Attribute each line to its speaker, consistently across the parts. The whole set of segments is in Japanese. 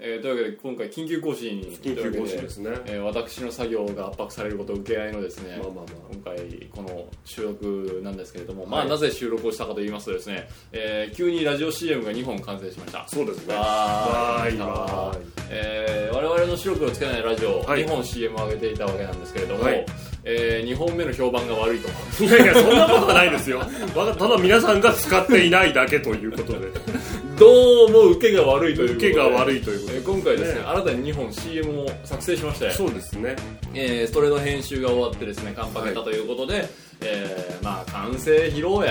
Speaker 1: えーというわけで今回緊急更新とい
Speaker 2: 緊
Speaker 1: うわ
Speaker 2: 急
Speaker 1: け
Speaker 2: 更新
Speaker 1: で
Speaker 2: ですね、
Speaker 1: えー私の作業が圧迫されることを受け合いのですね、
Speaker 2: まあまあまあ
Speaker 1: 今回この収録なんですけれども、ま
Speaker 2: は
Speaker 1: あ
Speaker 2: い
Speaker 1: なぜ収録をしたかと言いますとですね、えー急にラジオ CM が2本完成しました
Speaker 2: そうですね
Speaker 1: わーい
Speaker 2: わーい
Speaker 1: えー我々の白黒つけないラジオ、
Speaker 2: はい
Speaker 1: 2本 CM を上げていたわけなんですけれども、
Speaker 2: はい
Speaker 1: え2本目の評判が悪いと
Speaker 2: いやいやそんなことはないですよわただ皆さんが使っていないだけということで
Speaker 1: どうも受けが悪いということ
Speaker 2: 受
Speaker 1: で
Speaker 2: けが悪
Speaker 1: い、
Speaker 2: いということ
Speaker 1: え
Speaker 2: で
Speaker 1: ー今回ですね
Speaker 2: ね
Speaker 1: 新たに2本 CM を作成しまして
Speaker 2: そうですね
Speaker 1: えー、それの編集が終わってですね完パケたということで、えーまあ完成披露宴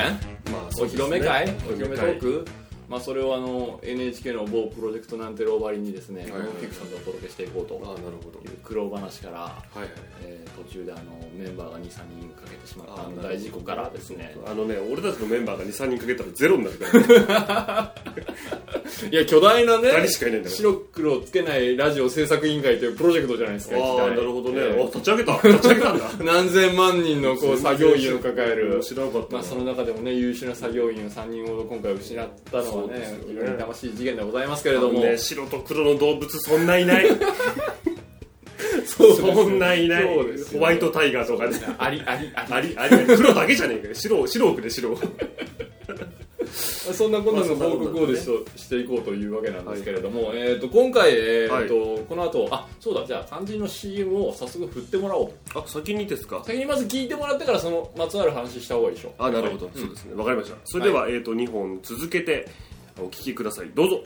Speaker 2: まあ
Speaker 1: お披露目会、お披露目トー
Speaker 2: ク
Speaker 1: ク、まあ、それをあの NHK の某プロジェクトなんてローバリにですね、
Speaker 2: い
Speaker 1: ノンフィクションでお届けしていこうと
Speaker 2: ああなるほど
Speaker 1: いう苦労話から、
Speaker 2: はいはい
Speaker 1: えー途中であのメンバーが23人かけてしまったあ
Speaker 2: あ
Speaker 1: の
Speaker 2: ー
Speaker 1: 大事故からですね
Speaker 2: あのね俺たちのメンバーが23人かけたらゼロになるからね
Speaker 1: いや巨大なね
Speaker 2: 二人しかいないんだ から
Speaker 1: 白黒つけないラジオ制作委員会というプロジェクトじゃないです
Speaker 2: あ
Speaker 1: か一
Speaker 2: あ
Speaker 1: 体
Speaker 2: なるほどね、
Speaker 1: え
Speaker 2: お立ち上げた立ち上げたんだ
Speaker 1: ー何千万人の こう作業員を抱える
Speaker 2: 知らなかった
Speaker 1: ま
Speaker 2: な、
Speaker 1: あ、その中でもね優秀な作業員を3人ほど今回失ったの
Speaker 2: そう
Speaker 1: は
Speaker 2: で
Speaker 1: ね
Speaker 2: すよね
Speaker 1: 非常に痛ましい事件でございますけれ
Speaker 2: あ
Speaker 1: ど
Speaker 2: の
Speaker 1: も、
Speaker 2: ね白と黒の動物そんないない
Speaker 1: そうですよ
Speaker 2: そんないない、
Speaker 1: そうです
Speaker 2: ホ
Speaker 1: よ
Speaker 2: ワイトタイガーとかね
Speaker 1: ありありあり
Speaker 2: ありあ り黒だけじゃねえかよ白白奥で白
Speaker 1: そんなこんなの報告をですと、していこうというわけなんですけれども、えー、と今回、えーとこの後あそうだじゃあ肝心の CM を早速振ってもらおう
Speaker 2: あ先にですか
Speaker 1: 先にまず聞いてもらってからそのまつわる話した方がいいでしょ
Speaker 2: あなるほど、そうですねわかりましたそれでは、えっ、と2本続けてお聞きくださいどうぞ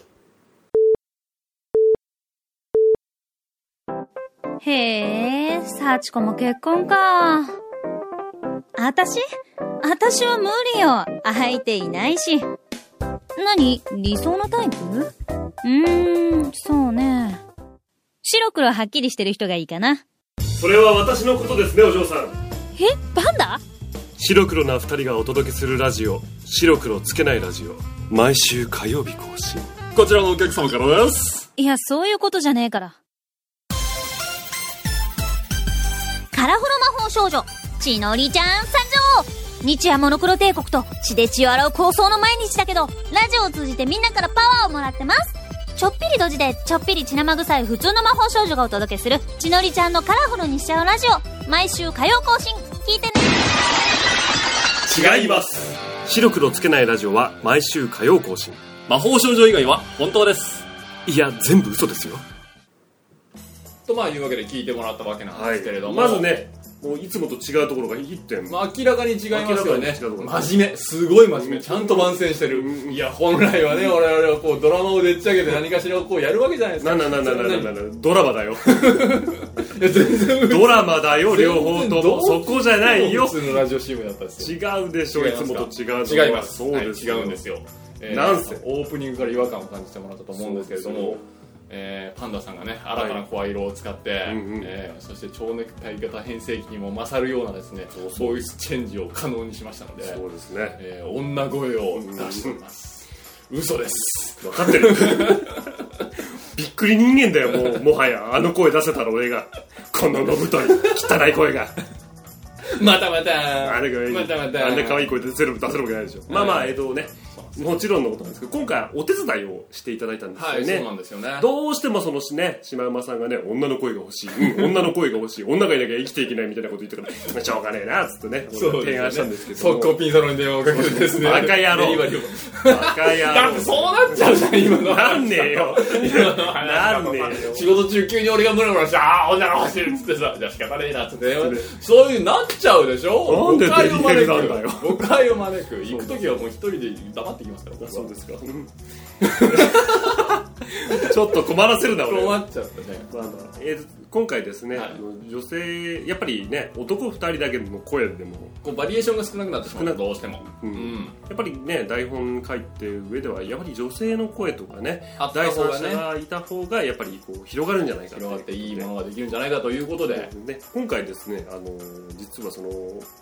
Speaker 3: へえ、幸子も結婚か。あたしあたしは無理よ。相手いないし。何理想のタイプうーん、そうね。白黒はっきりしてる人がいいかな。
Speaker 2: それは私のことですねお嬢さん
Speaker 3: えパンダ
Speaker 2: 白黒な2人がお届けするラジオ白黒つけないラジオ毎週火曜日更新こちらのお客様からです
Speaker 3: いや、そういうことじゃねえから。カラフロ魔法少女、ちのりちゃん参上日夜モノクロ帝国と血で血を洗う構想の毎日だけど、ラジオを通じてみんなからパワーをもらってますちょっぴりドジでちょっぴり血生臭い普通の魔法少女がお届けする、ちのりちゃんのカラフルにしちゃうラジオ、毎週火曜更新、聞いてね
Speaker 2: 違います白黒つけないラジオは毎週火曜更新
Speaker 1: う魔法少女以外は本当です
Speaker 2: いや全部嘘ですよ
Speaker 1: とまあいうわけで聞いてもらったわけなんですけれども、
Speaker 2: まずねもういつもと違うところが1点、
Speaker 1: まあ、明らかに違いますよ
Speaker 2: 明ら
Speaker 1: ね
Speaker 2: かに違うところ
Speaker 1: 真面目すごい真面目ちゃんと番宣してる
Speaker 2: うん
Speaker 1: いや本来はね我々はこうドラマをでっち上げて何かしらをこうやるわけじゃないですか
Speaker 2: なんなんなんなんなんなんなんドラマだ よ
Speaker 1: いや全然
Speaker 2: ドラマだよ両方
Speaker 1: 全然
Speaker 2: と
Speaker 1: ど
Speaker 2: も
Speaker 1: う
Speaker 2: そこじゃないよ
Speaker 1: 普通のラジオ CM だったんです
Speaker 2: 違
Speaker 1: よ
Speaker 2: うでしょいつもと違うのは
Speaker 1: 違います
Speaker 2: そうですよ、
Speaker 1: はい違うんですよ、え
Speaker 2: なんせ
Speaker 1: オープニングから違和感を感じてもらったと思うんですけれど
Speaker 2: そう
Speaker 1: も
Speaker 2: ですよ
Speaker 1: えーパンダさんがね新たな声色を使って、
Speaker 2: うんうん
Speaker 1: えーそして蝶ネクタイ型変声機にも勝るようなですねボイスチェンジを可能にしましたので
Speaker 2: そうですね
Speaker 1: えー女声を出しております、嘘です
Speaker 2: 分かってる びっくり人間だよもうもはやあの声出せたら俺がこのの太い汚い声が
Speaker 1: またまた
Speaker 2: あれがいい
Speaker 1: またまた
Speaker 2: あんな可愛い声でゼロ出せるわけないでしょ、まあまあえっとねもちろんのことなんですけど今回お手伝いをしていただいたんですよ
Speaker 1: はい、
Speaker 2: ね、
Speaker 1: そうなんですよね
Speaker 2: どうしてもそのね、島山さんがね、女の声が欲しい、 うん、女の声が欲しい、女がいなきゃ生きていけないみたいなこと言ってから、まあしょうがねえな、つってね、
Speaker 1: そうですね
Speaker 2: 提案したんですけども。
Speaker 1: 速攻ピンサロンに電話をかけてですね
Speaker 2: バカ野郎
Speaker 1: デリバリーを
Speaker 2: バカ野郎
Speaker 1: だってそうなっちゃうじゃん今の
Speaker 2: なんねえよ。
Speaker 1: な
Speaker 2: なんねえよ。
Speaker 1: 仕事中急に俺がムラムラしてああ女が欲しいっつってさじゃあ仕方ねえなっつって電話そういうなっちゃうでしょ
Speaker 2: なんで
Speaker 1: 誤解を招く
Speaker 2: デリヘルなんだよ
Speaker 1: 誤解を招く行く時はもう一人で黙ってきますから僕は
Speaker 2: そうですか。 ちょっと困らせるな、俺。
Speaker 1: 困っちゃったね
Speaker 2: まあまあえー今回ですね、
Speaker 1: はい
Speaker 2: あの女性、やっぱりね、男二人だけの声でも、
Speaker 1: こうバリエーションが少なくなってしま
Speaker 2: 少な
Speaker 1: う
Speaker 2: く
Speaker 1: どうしても
Speaker 2: うん
Speaker 1: うん
Speaker 2: やっぱりね、台本書いてる上では、やっぱり女性の声とかね、
Speaker 1: あった
Speaker 2: 第
Speaker 1: 方
Speaker 2: 三
Speaker 1: が
Speaker 2: 者
Speaker 1: ね
Speaker 2: がいた方が、やっぱりこう広がるんじゃないかっていう
Speaker 1: 広がっていいものができるんじゃないかということで
Speaker 2: ね、今回ですね、あの実はその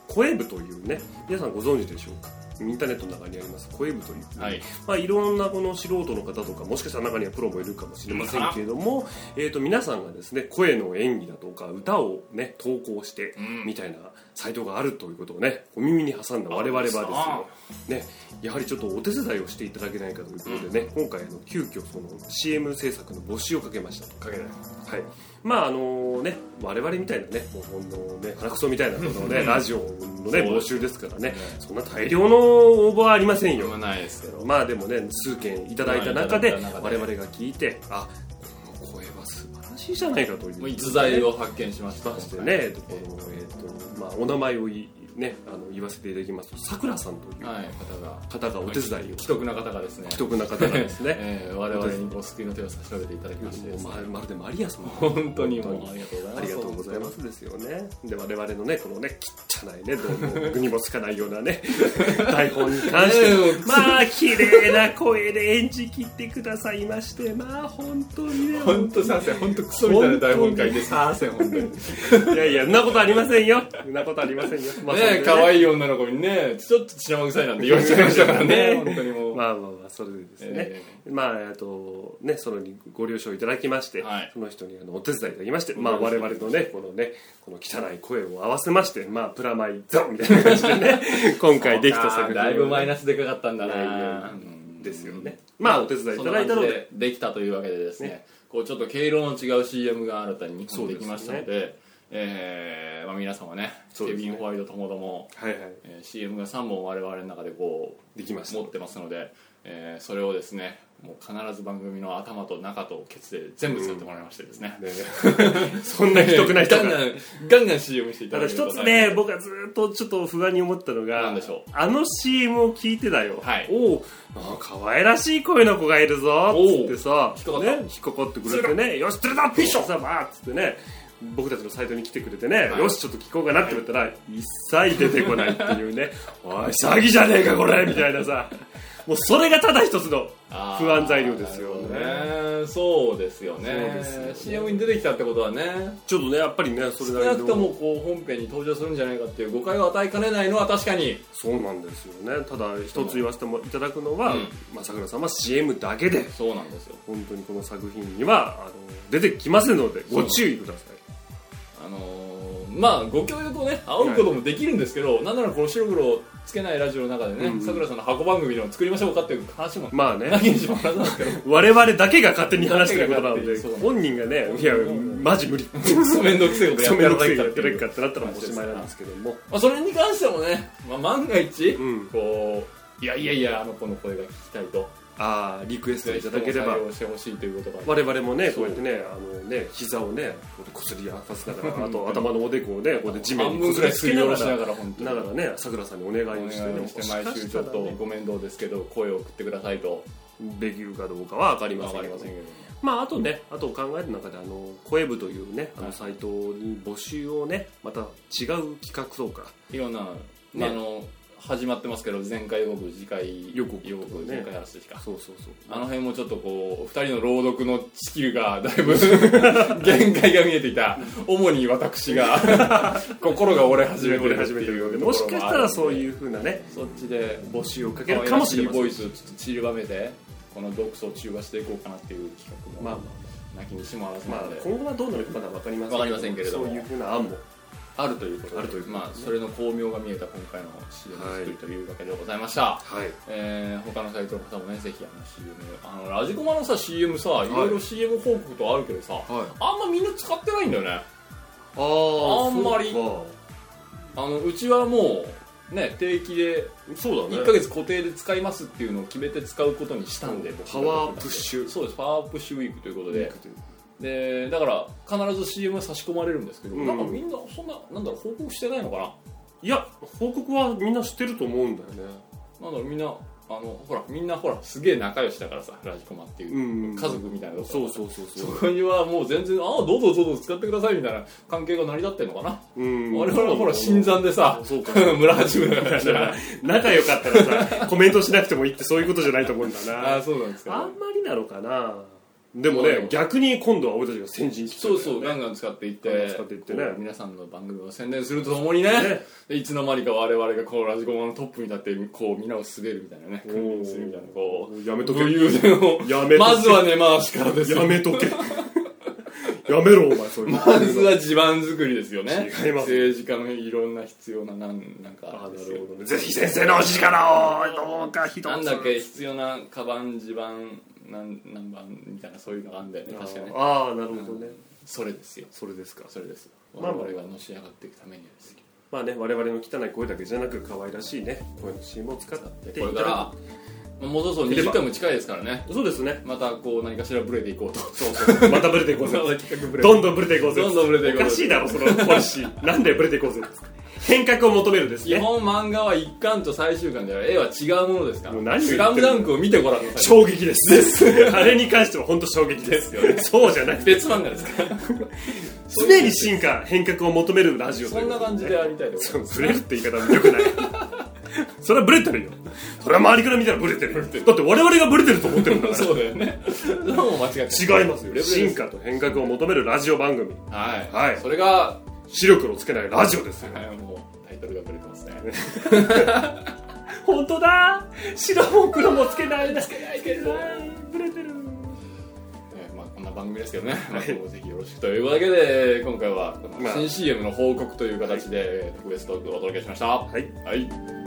Speaker 2: 声部というね皆さんご存知でしょうかインターネットの中にあります声部という、
Speaker 1: はい
Speaker 2: まあ、いろんなこの素人の方とかもしかしたら中にはプロもいるかもしれませんけれども、えー、と皆さんがですね声の演技だとか歌をね投稿して
Speaker 1: ん
Speaker 2: みたいなサイトがあるということをねお耳に挟んだ我々はですよ
Speaker 1: あ、
Speaker 2: ね、やはりちょっとお手伝いをしていただけないかということでね、今回あの急遽その CM 制作の募集をかけました
Speaker 1: かけない
Speaker 2: はい、まああのね我々みたいなねもうほんのね鼻くそみたいなこのねラジオのね募集ですからねそんな大量の応募はありませんよ
Speaker 1: 読まないですけど
Speaker 2: まあでもね数件いただいた中で
Speaker 1: まあいただいた中
Speaker 2: 我
Speaker 1: で
Speaker 2: 々が聞いてあこの声は素晴らしいじゃないかという
Speaker 1: もう逸材を発見しました
Speaker 2: ましてねこの、えーとまあ、お名前をい、ね、あの言わせていただきますとさくらさんという
Speaker 1: はい方が
Speaker 2: 方がお手伝いを
Speaker 1: 既得な方がですね
Speaker 2: 既得な方なんですね、
Speaker 1: えー我々にお救いの手を差し伸べていただきまして
Speaker 2: も
Speaker 1: で
Speaker 2: う
Speaker 1: すね
Speaker 2: まるまるでマリア様
Speaker 1: 本当にもうありがとうございます
Speaker 2: ありがとうございますですよね。で我々のねこのね汚いねどうも具にもつかないようなね 台本に関し
Speaker 1: ねえ
Speaker 2: てまあ綺麗な声で演じ切ってくださいましてまあ本当にね
Speaker 1: 本当賛成本当クソみたいな台 本書いて賛成本当にね
Speaker 2: いやいやそんなことありませんよそんなことあり ませんよ。まあ
Speaker 1: え可愛い女の子にねちょっと血生臭いなんて言われちゃいましたからね本当にもう
Speaker 2: まあまあまあそれでですね、
Speaker 1: え
Speaker 2: まあえっとねそのご了承いただきまして、
Speaker 1: はい
Speaker 2: その人にあのお手伝いいただきまして、
Speaker 1: ご
Speaker 2: まあ
Speaker 1: 了承
Speaker 2: 我々のねこのねこの汚い声を合わせましてまあプラマイゼロみたいな感じで ね今回できた作
Speaker 1: あー
Speaker 2: 品
Speaker 1: だいぶマイナスでかかったんだ
Speaker 2: いやい
Speaker 1: な
Speaker 2: やですよね、まあお手伝いい
Speaker 1: そ
Speaker 2: た
Speaker 1: んな
Speaker 2: だい
Speaker 1: 感
Speaker 2: た
Speaker 1: じ
Speaker 2: ので
Speaker 1: でできたというわけでですねこうちょっと毛色の違う CM が新たに2本できましたの
Speaker 2: そ
Speaker 1: でえーまあ、皆様ね
Speaker 2: そう
Speaker 1: ケ
Speaker 2: ですね
Speaker 1: ビン・ホワイトともども、
Speaker 2: はいはい
Speaker 1: えー CM が3本我々の中でこう
Speaker 2: できました
Speaker 1: 持ってますので、えーそれをですねもう必ず番組の頭と中とケツで全部使ってもらいましてですね、
Speaker 2: ね そんな既得な人
Speaker 1: ガンガ
Speaker 2: が
Speaker 1: ンガンガン CM していた
Speaker 2: た
Speaker 1: だ
Speaker 2: だ
Speaker 1: ければ
Speaker 2: 一つね僕はずっとちょっと不安に思ったのが
Speaker 1: 何でしょう
Speaker 2: あの CM を聞いてだよ、
Speaker 1: はい
Speaker 2: おうあ可愛らしい声の子がいるぞ
Speaker 1: おう
Speaker 2: っつってさ
Speaker 1: 引っかかった
Speaker 2: ね、引っかかってくれてねよし釣れたフィッシュさまあっつってね僕たちのサイトに来てくれてね、
Speaker 1: はい
Speaker 2: よしちょっと聞こうかなって言ったら、一切出てこないっていうね おい詐欺じゃねえかこれみたいなさもうそれがただ一つの
Speaker 1: あー
Speaker 2: 不安材料です
Speaker 1: なる
Speaker 2: よ
Speaker 1: ほどねそうですよね
Speaker 2: そうですよね
Speaker 1: CM に出てきたってことはね
Speaker 2: ちょっとねやっぱりねそれ
Speaker 1: 少
Speaker 2: な
Speaker 1: な
Speaker 2: り
Speaker 1: く
Speaker 2: の
Speaker 1: ともこう本編に登場するんじゃないかっていう誤解を与えかねないのは確かに
Speaker 2: そうなんですよねただ一つ言わせてもいただくのは、
Speaker 1: うん
Speaker 2: まあ、さくらさんは CM だけで
Speaker 1: そうなんですよ
Speaker 2: 本当にこの作品にはあの出てきませんのでご注意ください
Speaker 1: あのーまあご協力をね煽ることもできるんですけど、なんならこの白黒つけないラジオの中で
Speaker 2: うんう
Speaker 1: ね
Speaker 2: ん
Speaker 1: さくらさんの箱番組でも作りましょうかっていう話も
Speaker 2: まあね
Speaker 1: なきにしもあらずなんですけ ど
Speaker 2: 我々だけが勝手に話してることなの
Speaker 1: だけが
Speaker 2: で
Speaker 1: 勝 手にそう
Speaker 2: 本人がねいやマジ無理ク
Speaker 1: クソめんどくせえ ことや
Speaker 2: ソ
Speaker 1: って
Speaker 2: め
Speaker 1: や
Speaker 2: ん
Speaker 1: ら
Speaker 2: どく
Speaker 1: な
Speaker 2: せ
Speaker 1: い
Speaker 2: え
Speaker 1: か
Speaker 2: や
Speaker 1: っ
Speaker 2: ってて
Speaker 1: い
Speaker 2: な
Speaker 1: う
Speaker 2: いかってなったらもうおしまいなんですけども
Speaker 1: まあ、それに関してもね、まあ、万が一、
Speaker 2: うん
Speaker 1: こういやいやいやあの子の声が聞きたいと
Speaker 2: ああリクエストいただけれ
Speaker 1: 人も
Speaker 2: ば
Speaker 1: 採用してほしいということが
Speaker 2: 我々もね
Speaker 1: そ
Speaker 2: こ
Speaker 1: う
Speaker 2: うやってねあのね膝をねこうやってこすり合わせながらあと頭のおでこをねこうやって地面
Speaker 1: 半
Speaker 2: に
Speaker 1: 分
Speaker 2: こ
Speaker 1: ぐ
Speaker 2: す
Speaker 1: ら
Speaker 2: り
Speaker 1: い
Speaker 2: つ
Speaker 1: す
Speaker 2: け
Speaker 1: り
Speaker 2: な
Speaker 1: 下
Speaker 2: が
Speaker 1: ろしな
Speaker 2: ら
Speaker 1: がら本当に
Speaker 2: ながらねさくらさんにお願い
Speaker 1: お
Speaker 2: をして
Speaker 1: 願い
Speaker 2: ね
Speaker 1: をして毎週ちょっとご面倒ですけど声を送ってくださいと
Speaker 2: できるかどうかは分かりま
Speaker 1: わ
Speaker 2: せ
Speaker 1: か
Speaker 2: ん
Speaker 1: り
Speaker 2: け
Speaker 1: ま
Speaker 2: ど
Speaker 1: せんけど
Speaker 2: まああとねあと考える中であの声部というねあ
Speaker 1: はい
Speaker 2: のサイトに募集をねまた違う企画とか
Speaker 1: いろんな、
Speaker 2: ね
Speaker 1: あの始まってますけど前回予告次回
Speaker 2: 予告とかね
Speaker 1: 前回話ですか
Speaker 2: そうそうそう
Speaker 1: あの辺もちょっとこう二人の朗読のスキルが だいぶ限界が見えていた主に私が 心が折れ始めてるっていう
Speaker 2: もしかしたらそう
Speaker 1: う
Speaker 2: いうふうなね
Speaker 1: そっちで
Speaker 2: 募集をかけ
Speaker 1: 可
Speaker 2: る
Speaker 1: 愛
Speaker 2: からも
Speaker 1: しい
Speaker 2: しれませ
Speaker 1: ボイ
Speaker 2: ん
Speaker 1: スをちょっと散りばめてこの読書を中和していこうかなっていう企画も
Speaker 2: まあ
Speaker 1: 泣きにしもあらず
Speaker 2: ま
Speaker 1: な
Speaker 2: あ
Speaker 1: ので、
Speaker 2: 今後はどうなるかまだ分かりませ
Speaker 1: わ
Speaker 2: ん
Speaker 1: かりませんけれども
Speaker 2: そういうふうな案も
Speaker 1: あ、るということで
Speaker 2: あるということで
Speaker 1: まあ、それの巧妙が見えた今回の CM 作りというわけでございました、
Speaker 2: はい
Speaker 1: えー他のサイトの方もねぜひあの CM あのラジコマのさ CM さいろいろ CM 報告とあるけどさ、
Speaker 2: はい
Speaker 1: あんまみんな使ってないんだよね
Speaker 2: あー
Speaker 1: あんまり
Speaker 2: そう
Speaker 1: あのうちはもうね定期で
Speaker 2: かそうだ
Speaker 1: 1
Speaker 2: ね
Speaker 1: ヶ月固定で使いますっていうのを決めて使うことにしたんで、僕
Speaker 2: パワープッシュ
Speaker 1: そうですパワープッシュウィークということででだから必ず CM 差し込まれるんですけど、
Speaker 2: うん
Speaker 1: なんかみんなそんななんだろう報告してないのかない
Speaker 2: や報告はみんな知ってると思うんだよね
Speaker 1: なんだろうみんなあのほらみんなほらすげえ仲良しだからさラジコマっていう、
Speaker 2: うん
Speaker 1: 家族みたいなとこ
Speaker 2: そうそう そう
Speaker 1: そ
Speaker 2: そう
Speaker 1: こにはもう全然ああどうぞどうぞ使ってくださいみたいな関係が成り立ってんのかな、
Speaker 2: うん
Speaker 1: 我々はほら新参でさ
Speaker 2: そうか
Speaker 1: 村八分だから
Speaker 2: だから仲良かったらさコメントしなくてもいいってそういうことじゃないと思うんだ
Speaker 1: あ
Speaker 2: な
Speaker 1: あそうなんですか
Speaker 2: あんまりなのかなでもね、
Speaker 1: うん
Speaker 2: 逆に今度は俺たちが先陣切って
Speaker 1: そ
Speaker 2: る
Speaker 1: うそうガンガン使っていって
Speaker 2: ガンガン使って いってね
Speaker 1: こう皆さんの番組を宣伝するとともにね
Speaker 2: ね
Speaker 1: でいつの間にか我々がこのラジコマのトップに立ってこう皆を滑るみたいなね
Speaker 2: おー
Speaker 1: 君臨するみたいなこう
Speaker 2: やめとけ
Speaker 1: 武勇伝を
Speaker 2: やめとけ
Speaker 1: まずは根回しからですよ
Speaker 2: やめとけやめろお前そういうの
Speaker 1: まずは地盤作りですよね
Speaker 2: 違います
Speaker 1: 政治家のいろんな必要ななんなんかある
Speaker 2: あな
Speaker 1: んです
Speaker 2: る
Speaker 1: よ
Speaker 2: ほどねぜひ先生のお力をどうか一つ
Speaker 1: なんだっけ必要なカバン地盤なん何番みたいなそういうのがあるんだよね確かね
Speaker 2: ああなるほどね
Speaker 1: それですよ
Speaker 2: それですか
Speaker 1: それですよ我
Speaker 2: まあまあ
Speaker 1: 々がのし上がっていくためにはですよ
Speaker 2: まあね我々の汚い声だけじゃなく可愛らしいね声の CM を使ってい
Speaker 1: これか
Speaker 2: た
Speaker 1: ら
Speaker 2: だ
Speaker 1: まあもうそろそろ20回も近いですからね
Speaker 2: くそうですね
Speaker 1: またこう何かしらブレてい こうと
Speaker 2: そうそうまたブレていこ うぜどんどんブレていこうぜ
Speaker 1: どんどんブレていこうぜ
Speaker 2: おかしいだろそのポリシーなんでブレていこうぜ変革を求めるです
Speaker 1: 基
Speaker 2: ね
Speaker 1: 本漫画は一巻と最終巻では絵は違うものですから
Speaker 2: もう何を言って
Speaker 1: ス
Speaker 2: るの
Speaker 1: ラムダンクを見てごらんなさい
Speaker 2: 衝撃ですあれに関しては本当衝撃ですそうじゃなくて
Speaker 1: 別漫画です から
Speaker 2: 常に進化変革を求めるラジオと
Speaker 1: そ
Speaker 2: いうんこ
Speaker 1: な
Speaker 2: と
Speaker 1: 感じ でありたいと思います
Speaker 2: ブレるって言い方もよ くないそれはブレてるよそれは周りから見たらブレてるよだって我々がブレてると思ってるんだ か
Speaker 1: そうだよねそれはもう間違って
Speaker 2: ら違いま
Speaker 1: ブレブ
Speaker 2: す
Speaker 1: レ
Speaker 2: よ
Speaker 1: です
Speaker 2: 進化と変革を求めるラジオ番組
Speaker 1: はい、
Speaker 2: はい
Speaker 1: それが、
Speaker 2: 視力のつけないラジオですよ
Speaker 1: はい、もうタイトルがブレて ますね
Speaker 2: 本当だ白も黒もつけないだつけ
Speaker 1: ないけど
Speaker 2: ブレてる
Speaker 1: えーまあ、こんな番組ですけどね、まあ、今後ぜひよろしくというわけで今回はこの
Speaker 2: まあ
Speaker 1: 新 CM の報告という形で特別トークをお届けしました、
Speaker 2: はい
Speaker 1: はい